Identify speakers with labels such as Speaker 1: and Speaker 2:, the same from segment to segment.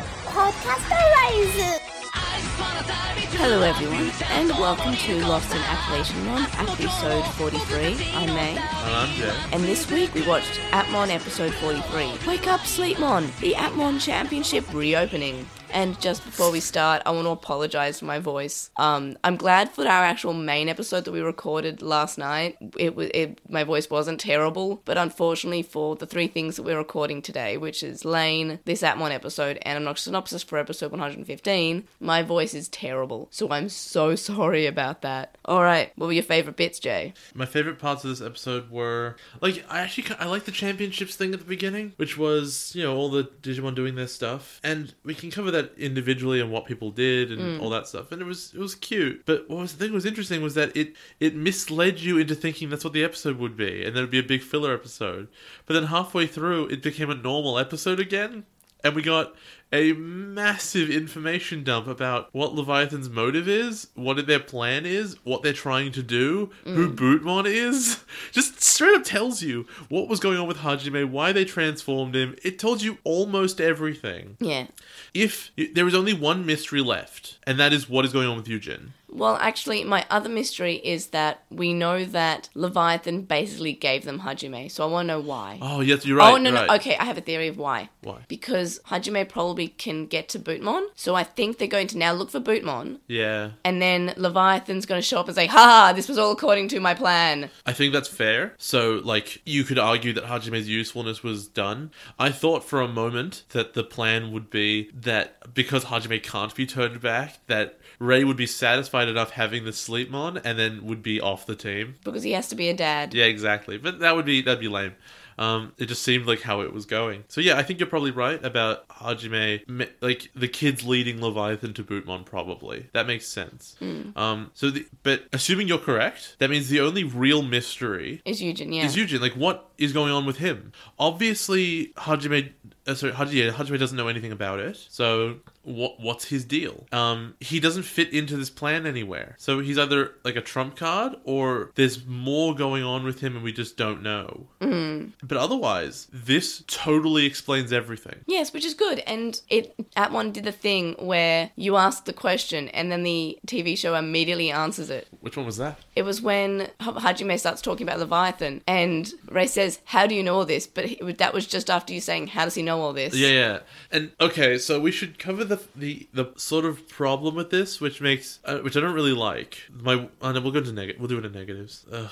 Speaker 1: podcast arise.
Speaker 2: Hello, everyone, and welcome to Lost in Appalachian Mon, episode 43. I'm May,
Speaker 3: And I'm Jay.
Speaker 2: and this week we watched Atmon episode 43. Wake up, Sleep Mon, the Atmon Championship reopening. And just before we start, I want to apologize for my voice. Um, I'm glad for our actual main episode that we recorded last night. It was it, my voice wasn't terrible, but unfortunately for the three things that we're recording today, which is Lane, this Atmon episode, and Obnoxious Synopsis for episode 115, my voice is terrible. So I'm so sorry about that. All right, what were your favorite bits, Jay?
Speaker 3: My favorite parts of this episode were like I actually ki- I like the championships thing at the beginning, which was you know all the Digimon doing their stuff, and we can cover that individually and what people did and all that stuff, and it was it was cute. But what was the thing that was interesting was that it it misled you into thinking that's what the episode would be, and that would be a big filler episode. But then halfway through, it became a normal episode again. And we got a massive information dump about what Leviathan's motive is, what their plan is, what they're trying to do,
Speaker 2: Mm.
Speaker 3: who Bootmon is. Just straight up tells you what was going on with Hajime, why they transformed him. It told you almost everything.
Speaker 2: Yeah,
Speaker 3: If there is only one mystery left, and that is what is going on with Eugen.
Speaker 2: Well, actually, my other mystery is that we know that Leviathan basically gave them Hajime, so I want to know why.
Speaker 3: Oh, yes, you're right.
Speaker 2: oh, no,
Speaker 3: right.
Speaker 2: no. Okay, I have a theory of why.
Speaker 3: Why?
Speaker 2: Because Hajime probably can get to Bootmon, so I think they're going to now look for Bootmon,
Speaker 3: Yeah.
Speaker 2: and then Leviathan's going to show up and say, ha, this was all according to my plan.
Speaker 3: I think that's fair. So, like, you could argue that Hajime's usefulness was done. I thought for a moment that the plan would be that because Hajime can't be turned back, that Ray would be satisfied enough having the sleep mon and then would be off the team.
Speaker 2: Because he has to be a dad.
Speaker 3: Yeah, exactly. But that would be that'd be lame. Um, it just seemed like how it was going. So yeah, I think you're probably right about Hajime, me- like the kids leading Leviathan to Bootmon. Probably that makes sense. Um, so, the, but assuming you're correct, that means the only real mystery
Speaker 2: Is Eugen, yeah.
Speaker 3: is Eugene. Like, what is going on with him? Obviously, Hajime. Uh, sorry, Hajime, Hajime doesn't know anything about it. So, what what's his deal? Um, he doesn't fit into this plan anywhere. So he's either like a trump card, or there's more going on with him, and we just don't know. But otherwise, this totally explains everything.
Speaker 2: Yes, which is good. And it at one did the thing where you ask the question and then the TV show immediately answers it.
Speaker 3: Which one was that?
Speaker 2: It was when H- Hajime starts talking about Leviathan, and Ray says, "How do you know all this?" But he, that was just after you saying, "How does he know all this?"
Speaker 3: Yeah, yeah. And okay, so we should cover the the, the sort of problem with this, which makes uh, which I don't really like. My oh no, we'll go to negative. We'll do it in negatives. Ugh.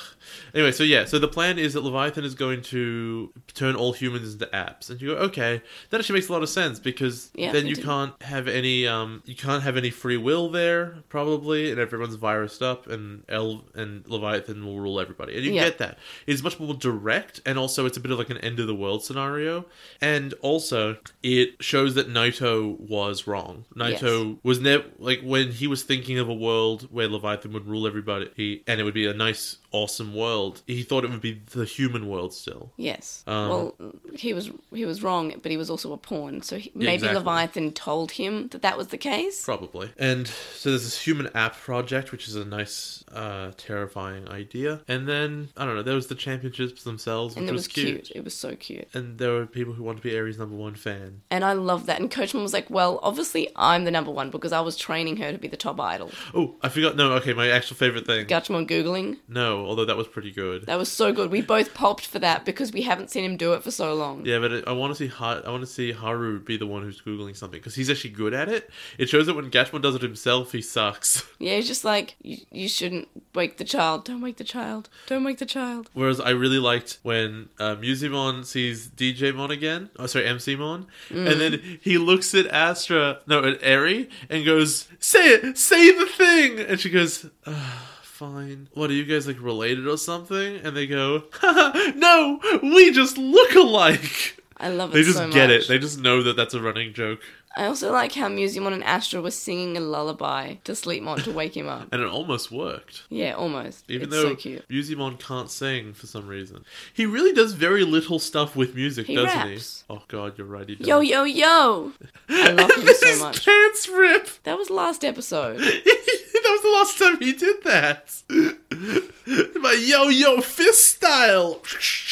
Speaker 3: Anyway, so yeah, so the plan is that Leviathan is going to turn all humans into apps, and you go, okay, that actually makes a lot of sense because
Speaker 2: Yeah,
Speaker 3: then
Speaker 2: it
Speaker 3: you
Speaker 2: did.
Speaker 3: can't have any um you can't have any free will there probably, and everyone's virused up, and El and Leviathan will rule everybody, and you
Speaker 2: Yeah.
Speaker 3: get that. It's much more direct, and also it's a bit of like an end of the world scenario. And also, it shows that Naito was wrong. Naito was never like when he was thinking of a world where Leviathan would rule everybody, he, and it would be a nice, awesome world. He thought it would be the human world still.
Speaker 2: Yes.
Speaker 3: Um,
Speaker 2: well, he was he was wrong, but he was also a pawn. So he, maybe
Speaker 3: exactly.
Speaker 2: Leviathan told him that that was the case.
Speaker 3: Probably. And so there's this human app project, which is a nice, uh, terrifying idea. And then, I don't know, there was the championships themselves, which
Speaker 2: and it
Speaker 3: was, cute.
Speaker 2: It was so cute.
Speaker 3: And there were people who wanted to be Aries number one fan.
Speaker 2: And I love that. And Coachman was like, "Well, obviously I'm the number one because I was training her to be the top idol."
Speaker 3: Oh, I forgot. No, okay, my actual favorite thing.
Speaker 2: Gutchman googling.
Speaker 3: No, although that was pretty good.
Speaker 2: That was so good. We both pulped for that because we haven't seen him do it for so long.
Speaker 3: Yeah, but I- I want to see ha- I want to see Haru be the one who's googling something because he's actually good at it. It shows that when Gatchmon does it himself, he sucks.
Speaker 2: Yeah, he's just like, you, you shouldn't wake the child. Don't wake the child. Don't wake the child.
Speaker 3: Whereas I really liked when uh, Musimon sees DJ Mon again. Oh, sorry, MC Mon,
Speaker 2: Mm.
Speaker 3: and then he looks at Astra, no, at Eri, and goes, "Say it, say the thing," and she goes. "Ah, Fine. What are you guys like related or something? And they go, Haha, "No, we just look alike."
Speaker 2: I love it
Speaker 3: They just
Speaker 2: Oh, so
Speaker 3: get
Speaker 2: much.
Speaker 3: it. They just know that that's a running joke.
Speaker 2: I also like how Museum and Astra were singing a lullaby to Sleepmon to wake him up.
Speaker 3: And it almost worked.
Speaker 2: Yeah, almost.
Speaker 3: Even
Speaker 2: it's
Speaker 3: though
Speaker 2: so cute.
Speaker 3: Musimon can't sing for some reason. He really does very little stuff with music,
Speaker 2: He
Speaker 3: doesn't
Speaker 2: raps.
Speaker 3: he? Oh god, you're right, he does.
Speaker 2: Yo, yo, yo! I love him
Speaker 3: This
Speaker 2: so
Speaker 3: is
Speaker 2: much.
Speaker 3: pants rip!
Speaker 2: That was last episode.
Speaker 3: it that was the last time he did that. My yo yo fist style.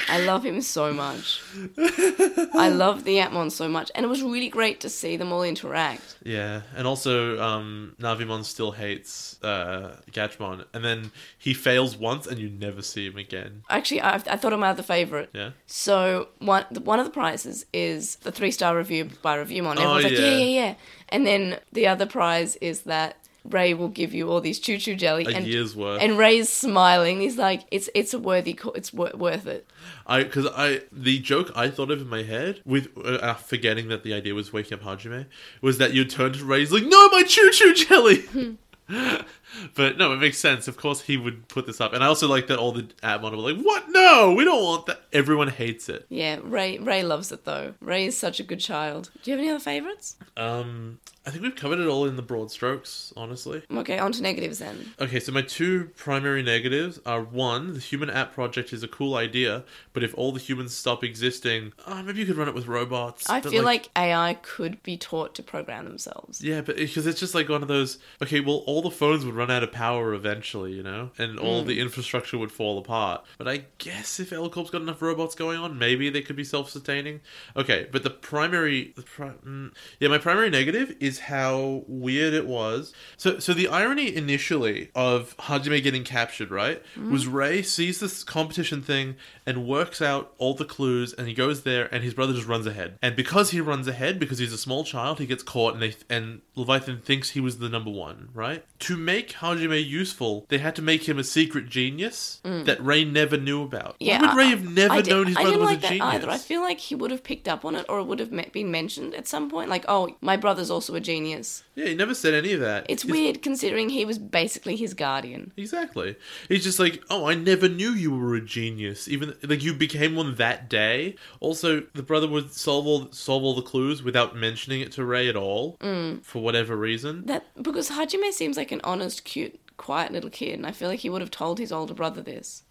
Speaker 2: I love him so much. I love the Atmon so much, and it was really great to see them all interact.
Speaker 3: Yeah, and also um, Navimon still hates uh, Gatchmon, and then he fails once, and you never see him again.
Speaker 2: Actually, I, I thought of my other favorite.
Speaker 3: Yeah.
Speaker 2: So one the- one of the prizes is the three star review by Reviewmon.
Speaker 3: Oh,
Speaker 2: Everyone's like, yeah,
Speaker 3: yeah.
Speaker 2: yeah, yeah. And then the other prize is that Ray will give you all these choo choo jelly,
Speaker 3: A
Speaker 2: and
Speaker 3: year's worth.
Speaker 2: and Ray's smiling. He's like, it's it's a worthy, co- it's wor- worth it.
Speaker 3: I because I the joke I thought of in my head with uh, uh, forgetting that the idea was waking up Hajime was that you'd turn to Ray he's like no my choo choo jelly. But no, it makes sense. Of course, he would put this up, and I also like that all the Atmon were like, "What? No, we don't want that." Everyone hates it.
Speaker 2: Yeah, Ray Ray loves it though. Ray is such a good child. Do you have any other favorites?
Speaker 3: Um, I think we've covered it all in the broad strokes, honestly.
Speaker 2: Okay, on to negatives then.
Speaker 3: Okay, so my two primary negatives are one, the human app project is a cool idea, but if all the humans stop existing, uh, maybe you could run it with robots.
Speaker 2: I
Speaker 3: but,
Speaker 2: feel like, AI could be taught to program themselves.
Speaker 3: Yeah, but because it's just like one of those. Okay, well, all the phones would run out of power eventually, you know, and all the infrastructure would fall apart. But I guess if L Corp's got enough robots going on, maybe they could be self-sustaining. Okay, but the primary, the pri- mm, yeah, my primary negative is how weird it was. So, so the irony initially of Hajime getting captured, right,
Speaker 2: Mm-hmm.
Speaker 3: was Ray sees this competition thing and works out all the clues, and he goes there, and his brother just runs ahead. And because he runs ahead, because he's a small child, he gets caught, and they and Leviathan thinks he was the number one, right? To make Hajime useful, they had to make him a secret genius that Ray never knew about.
Speaker 2: Mm. Yeah,
Speaker 3: Why would Ray
Speaker 2: I-
Speaker 3: have never
Speaker 2: I did-
Speaker 3: known his
Speaker 2: I
Speaker 3: brother
Speaker 2: didn't
Speaker 3: was
Speaker 2: like
Speaker 3: a
Speaker 2: that
Speaker 3: genius?
Speaker 2: either. I feel like he would have picked up on it, or it would have me- been mentioned at some point. Like, oh, my brother's also a genius.
Speaker 3: yeah, he never said any of that.
Speaker 2: It's weird considering he was basically his guardian.
Speaker 3: Exactly. He's just like, oh, I never knew you were a genius. Even like you became one that day. Also, the brother would solve all solve all the clues without mentioning it to Ray at all for whatever reason.
Speaker 2: That because Hajime seems like an honest, cute, quiet little kid, and I feel like he would have told his older brother this.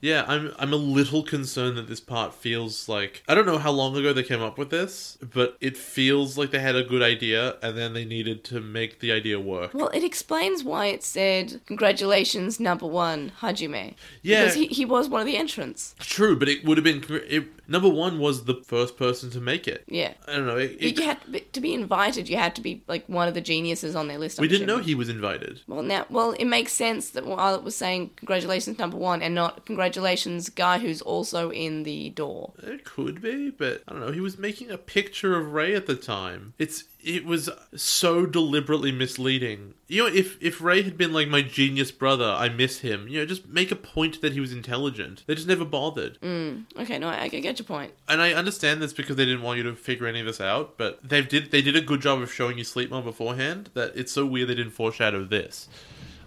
Speaker 3: Yeah, I'm I'm a little concerned that this part feels like I don't know how long ago they came up with this, but it feels like they had a good idea and then they needed to make the idea work.
Speaker 2: Well, it explains why it said congratulations, number one, Hajime.
Speaker 3: Yeah.
Speaker 2: because he, he was one of the entrants.
Speaker 3: True, but it would have been it, number one was the first person to make it.
Speaker 2: Yeah.
Speaker 3: I don't know. It,
Speaker 2: You
Speaker 3: Uh, it-
Speaker 2: had to be, to be invited. You had to be like one of the geniuses on their list.
Speaker 3: we didn't know he was invited.
Speaker 2: Well, now, well, it makes sense that while it was saying congratulations number one and not congratulations guy who's also in the door.
Speaker 3: It could be, but I don't know. He was making a picture of Ray at the time. It's it was so deliberately misleading. You know, if if Ray had been like my genius brother, I miss him. You know, just make a point that he was intelligent. They just never bothered.
Speaker 2: Okay, no, I, I get your point.
Speaker 3: And I understand this because they didn't want you to figure any of this out, but they did they did a good job of showing you Sleep Mom beforehand. That it's so weird they didn't foreshadow this.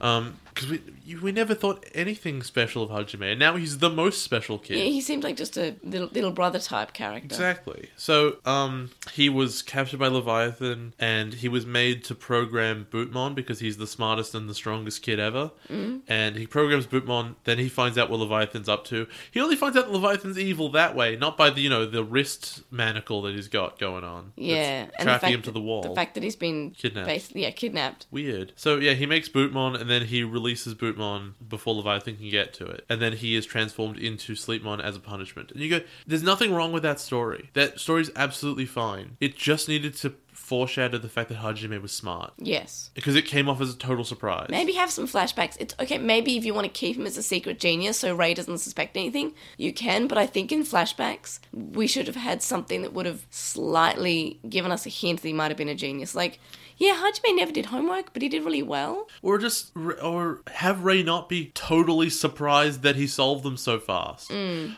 Speaker 3: Um, because we you, we never thought anything special of Hajime, and now he's the most special kid.
Speaker 2: Yeah, he seemed like just a little little brother type character.
Speaker 3: Exactly. So, um, he was captured by Leviathan, and he was made to program Bootmon because he's the smartest and the strongest kid ever.
Speaker 2: Mm.
Speaker 3: And he programs Bootmon. Then he finds out what Leviathan's up to. He only finds out that Leviathan's evil that way, not by the you know the wrist manacle that he's got going on. that's
Speaker 2: Yeah,
Speaker 3: tracking him to
Speaker 2: that-
Speaker 3: the wall.
Speaker 2: The fact that he's been
Speaker 3: Kidnapped.
Speaker 2: basi- yeah, kidnapped.
Speaker 3: Weird. So yeah, he makes Bootmon and then he releases Bootmon before Leviathan can get to it. And then he is transformed into Sleepmon as a punishment. And you go, there's nothing wrong with that story. That story's absolutely fine. It just needed to foreshadow the fact that Hajime was smart.
Speaker 2: Yes.
Speaker 3: Because it came off as a total surprise.
Speaker 2: Maybe have some flashbacks. It's okay. Maybe if you want to keep him as a secret genius, so Ray doesn't suspect anything, you can. But I think in flashbacks, we should have had something that would have slightly given us a hint that he might have been a genius. Like, yeah, Hajime never did homework, but he did really well.
Speaker 3: Or just, or have Ray not be totally surprised that he solved them so fast.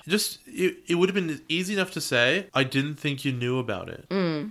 Speaker 3: Just, it, it would have been easy enough to say, I didn't think you knew about it.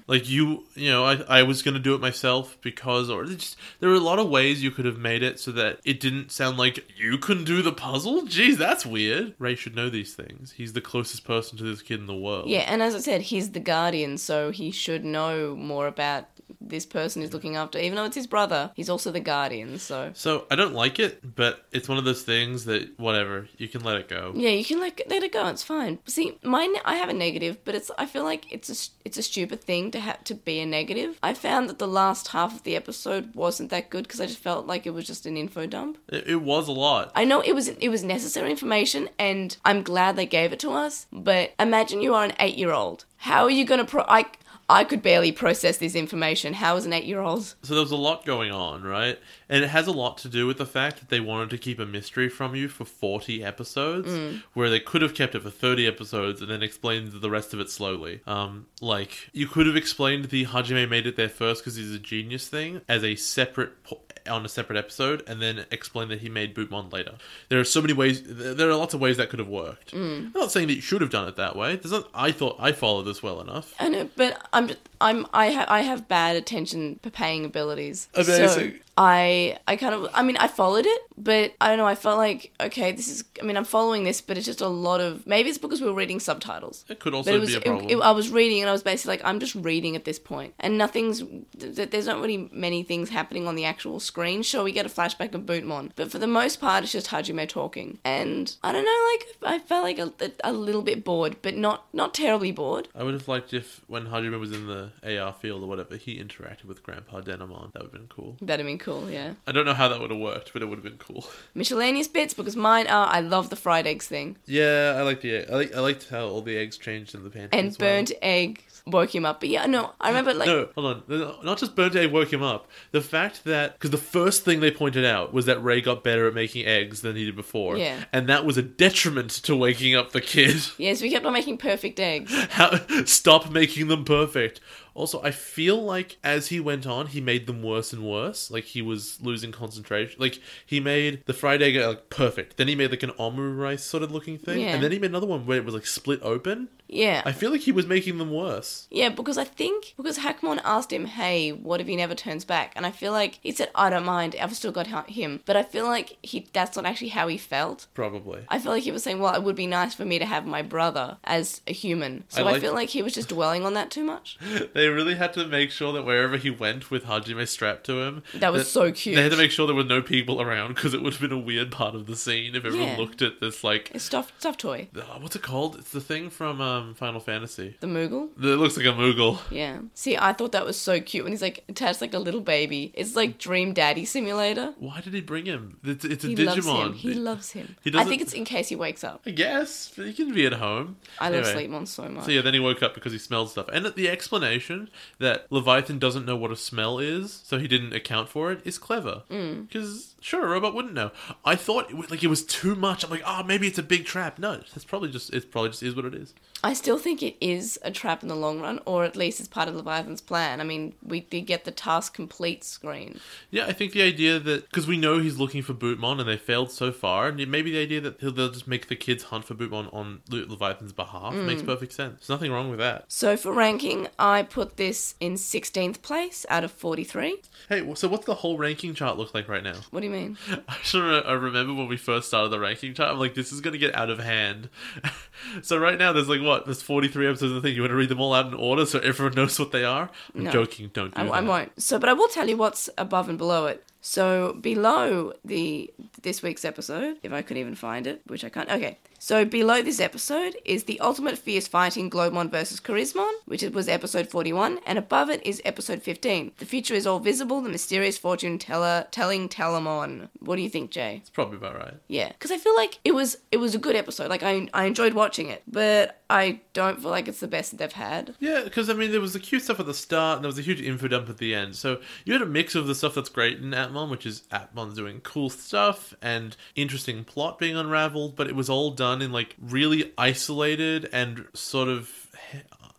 Speaker 3: Like, you, you know, I, I was going to do it myself because, or just, there were a lot of ways you could have made it so that it didn't sound like, you can do the puzzle? Jeez, that's weird. Ray should know these things. He's the closest person to this kid in the world.
Speaker 2: Yeah, and as I said, he's the guardian, so he should know more about this person is looking after, even though it's his brother. He's also the guardian, so.
Speaker 3: So I don't like it, but it's one of those things that whatever you can let it go.
Speaker 2: Yeah, you can like let it go. It's fine. See, mine I have a negative, but it's I feel like it's a s- it's a stupid thing to have to be a negative. I found that the last half of the episode wasn't that good because I just felt like it was just an info dump.
Speaker 3: It, it was a lot.
Speaker 2: I know it was it was necessary information, and I'm glad they gave it to us. But imagine you are an eight year old. How are you gonna pro? I I could barely process this information. How is an eight year old?
Speaker 3: So there was a lot going on, right? And it has a lot to do with the fact that they wanted to keep a mystery from you for 40 episodes,
Speaker 2: Mm.
Speaker 3: where they could have kept it for 30 episodes and then explained the rest of it slowly. Um, like, you could have explained the Hajime made it there first because he's a genius thing as a separate. Po- on a separate episode, and then explained that he made Bootmon later. There are so many ways. th- There are lots of ways that could have worked.
Speaker 2: Mm.
Speaker 3: I'm not saying that you should have done it that way. There's not, I thought I followed this well enough.
Speaker 2: I know, but I'm I'm I ha- I have bad attention paying abilities.
Speaker 3: Oh,
Speaker 2: So
Speaker 3: Amazing.
Speaker 2: I I kind of I mean I followed it, but I don't know. I felt like okay, this is. I mean, I'm following this, but it's just a lot of maybe it's because we were reading subtitles.
Speaker 3: It could
Speaker 2: But
Speaker 3: also
Speaker 2: it was.
Speaker 3: be a
Speaker 2: It,
Speaker 3: problem.
Speaker 2: it- I was reading, and I was basically like, I'm just reading at this point, and nothing's. Th- th- there's not really many things happening on the actual screen. Sure, we get a flashback of Bootmon, but for the most part, it's just Hajime talking, and I don't know. Like I felt like a, a little bit bored, but not not terribly bored.
Speaker 3: I would have liked if when Hajime was in the AR field or whatever, he interacted with Grandpa Denimon. That would have been cool.
Speaker 2: That'd have been cool, yeah.
Speaker 3: I don't know how that would have worked, but it would have been cool.
Speaker 2: Miscellaneous bits because mine are I love the fried eggs thing
Speaker 3: Yeah, I like the egg. I like I liked how all the eggs changed in the pantry.
Speaker 2: and
Speaker 3: as well.
Speaker 2: burnt egg woke him up. But yeah, no, I remember like
Speaker 3: No, hold on. No, Not just burnt egg woke him up. The fact that because the first thing they pointed out was that Ray got better at making eggs than he did before.
Speaker 2: Yeah.
Speaker 3: And that was a detriment to waking up the kid.
Speaker 2: yes, we kept on making perfect eggs.
Speaker 3: How, stop making them perfect. Also, I feel like as he went on, he made them worse and worse. Like he was losing concentration. Like he made the fried egg uh, like perfect. Then he made like an omu rice sort of looking thing,
Speaker 2: Yeah.
Speaker 3: and then he made another one where it was like split open.
Speaker 2: Yeah.
Speaker 3: I feel like he was making them worse.
Speaker 2: yeah, because I think because Hackmon asked him, "Hey, what if he never turns back?" And I feel like he said, "I don't mind. I've still got hi- him." But I feel like he that's not actually how he felt.
Speaker 3: Probably.
Speaker 2: I feel like he was saying, "Well, it would be nice for me to have my brother as a human." So
Speaker 3: I
Speaker 2: I,
Speaker 3: like-
Speaker 2: feel like he was just dwelling on that too much.
Speaker 3: They really had to make sure that wherever he went with Hajime strapped to him,
Speaker 2: That was so cute.
Speaker 3: They had to make sure there were no people around because it would have been a weird part of the scene if everyone
Speaker 2: Yeah.
Speaker 3: looked at this like.
Speaker 2: It's stuffed stuffed toy.
Speaker 3: uh, What's it called? It's the thing from um, Final Fantasy.
Speaker 2: The Moogle.
Speaker 3: It looks like a Moogle.
Speaker 2: Yeah. See, I thought that was so cute when he's like attached like a little baby. It's like Dream Daddy Simulator.
Speaker 3: Why did he bring him? It's, it's a
Speaker 2: He loves him.
Speaker 3: Digimon.
Speaker 2: He loves him.
Speaker 3: He
Speaker 2: I
Speaker 3: doesn't-
Speaker 2: think it's in case he wakes up.
Speaker 3: I guess, but he can be at home.
Speaker 2: I love
Speaker 3: Anyway,
Speaker 2: Sleepmon so much.
Speaker 3: So yeah, then he woke up because he smelled stuff. And the explanation that Leviathan doesn't know what a smell is, so he didn't account for it, is clever.
Speaker 2: Mm.
Speaker 3: Because sure, a robot wouldn't know. I thought it, was- like it was too much. I'm like, oh, maybe it's a big trap. No, it's probably just it probably just is what it is.
Speaker 2: I still think it is a trap in the long run, or at least it's part of Leviathan's plan. I mean, we did get the task complete screen.
Speaker 3: Yeah, I think the idea that because we know he's looking for Bootmon and they failed so far, and maybe the idea that he'll, they'll just make the kids hunt for Bootmon on Le- Leviathan's behalf makes perfect sense. There's nothing wrong with that.
Speaker 2: So for ranking, I put this in 16th place out of 43.
Speaker 3: Hey, well, so what's the whole ranking chart look like right now?
Speaker 2: What do you mean?
Speaker 3: I just remember, I remember when we first started the ranking chart. I'm like, this is gonna get out of hand. so right now, there's like what? There's 43 episodes of the thing. You want to read them all out in order so everyone knows what they are? I'm
Speaker 2: No.
Speaker 3: joking. Don't do
Speaker 2: I,
Speaker 3: that.
Speaker 2: I won't. So, but I will tell you what's above and below it. So below the this week's episode, if I could even find it, which I can't. Okay. So below this episode is the ultimate fierce fighting Globemon versus Charismon, which it was episode 41, and above it is episode 15. The future is all visible. The mysterious fortune teller telling Telamon. What do you think, Jay?
Speaker 3: It's probably about right.
Speaker 2: Yeah, because I feel like it was it was a good episode. Like I I enjoyed watching it, but I don't feel like it's the best that they've had.
Speaker 3: Yeah, because I mean, there was the cute stuff at the start, and there was a huge info dump at the end. So you had a mix of the stuff that's great in Atmon, which is Atmon's doing cool stuff and interesting plot being unraveled, but it was all done in like really isolated and sort of,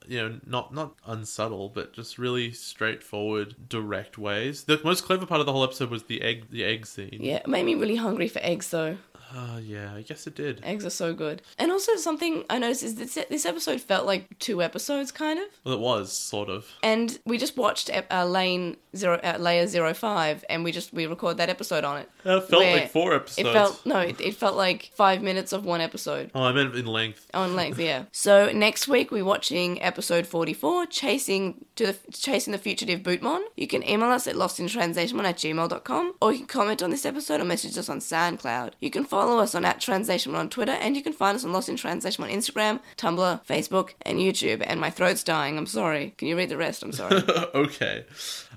Speaker 3: you know, not not unsubtle, but just really straightforward, direct ways. The most clever part of the whole episode was the egg, the egg scene.
Speaker 2: Yeah, it made me really hungry for eggs though.
Speaker 3: Uh, yeah, I guess it did.
Speaker 2: Eggs are so good. And also something I noticed is this this episode felt like two episodes kind of.
Speaker 3: Well, it was sort of.
Speaker 2: And we just watched ep- uh, Lane Zero uh, Layer Zero Five, and we just we record that episode on it.
Speaker 3: It felt
Speaker 2: Where
Speaker 3: like four episodes.
Speaker 2: It felt no, it, it felt like five minutes of one episode
Speaker 3: Oh, I meant in length.
Speaker 2: on length. Yeah. So next week we're watching episode forty-four, chasing to the chasing the fugitive Bootmon. You can email us at lostintransation at gmail.com, or you can comment on this episode or message us on SoundCloud. You can follow us on at Translation on Twitter, and you can find us on Lost in Translation on Instagram, Tumblr, Facebook, and YouTube. And my throat's dying. I'm sorry. Can you read the rest? I'm sorry.
Speaker 3: okay.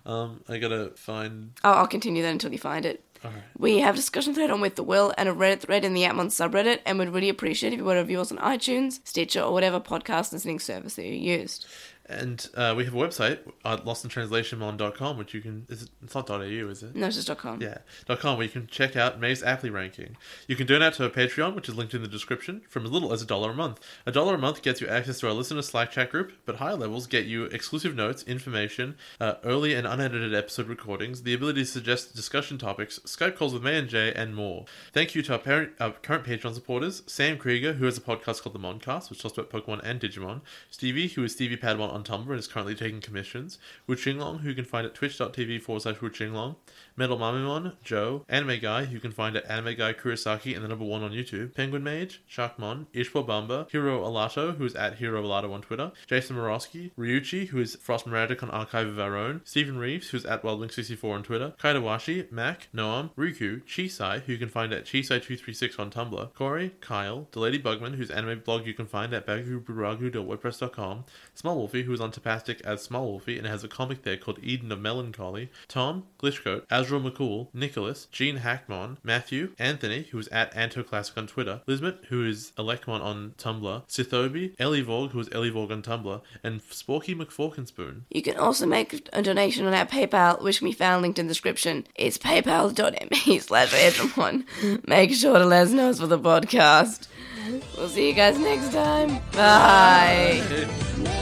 Speaker 3: Um, I gotta find.
Speaker 2: I'll, I'll continue that until you find it.
Speaker 3: All right.
Speaker 2: We have a discussion thread on With the Will and a Reddit thread in the Atmon subreddit, and would really appreciate if you were to review us on iTunes, Stitcher, or whatever podcast listening service that you used.
Speaker 3: And uh, we have a website, uh, lostintranslationmon.com, which you can. Is it, it's not .au, is it?
Speaker 2: Notice.com.
Speaker 3: Yeah, dot .com, where you can check out Maeve's aptly ranking. You can donate to her Patreon, which is linked in the description, from as little as a dollar a month. A dollar a month gets you access to our listener Slack chat group, but higher levels get you exclusive notes, information, uh, early and unedited episode recordings, the ability to suggest discussion topics, Skype calls with May and Jay, and more. Thank you to our, parent, our current Patreon supporters, Sam Krieger, who has a podcast called The Moncast, which talks about Pokemon and Digimon, Stevie, who is Stevie Padawan on Tumblr and is currently taking commissions, Wu Qinglong, who you can find at twitch.tv forward slash Wu Qinglong, Metal Mamimon, Joe, Anime Guy, who you can find at Anime Guy Kurosaki and the number one on YouTube, Penguin Mage, Sharkmon, Ishwa Bamba, Hiro Alato, who is at Hiro Alato on Twitter, Jason Morosky, Ryuchi, who is Frost Moradic on Archive of Our Own, Stephen Reeves, who is at Wildlink64 on Twitter, Kaidawashi, Mac, Noam, Riku, Chisai, who you can find at Chisai236 on Tumblr, Corey, Kyle, The Lady Bugman, whose anime blog you can find at baguburagu.wordpress.com, Small Wolfie, who is on Tapastic as Small Wolfie and has a comic there called Eden of Melancholy, Tom, Glitchcoat, Azrael McCool, Nicholas, Gene Hackmon, Matthew, Anthony, who is at AntoClassic on Twitter, Lismet, who is Elecmon on Tumblr, Sithobi, Ellie Vorg, who is Ellie Vorg on Tumblr, and Sporky McForkinspoon.
Speaker 2: You can also make a donation on our PayPal, which can be found linked in the description. It's paypal.me slash everyone. Make sure to let us know it's for the podcast. We'll see you guys next time. Bye.
Speaker 3: Hey.
Speaker 1: Maybe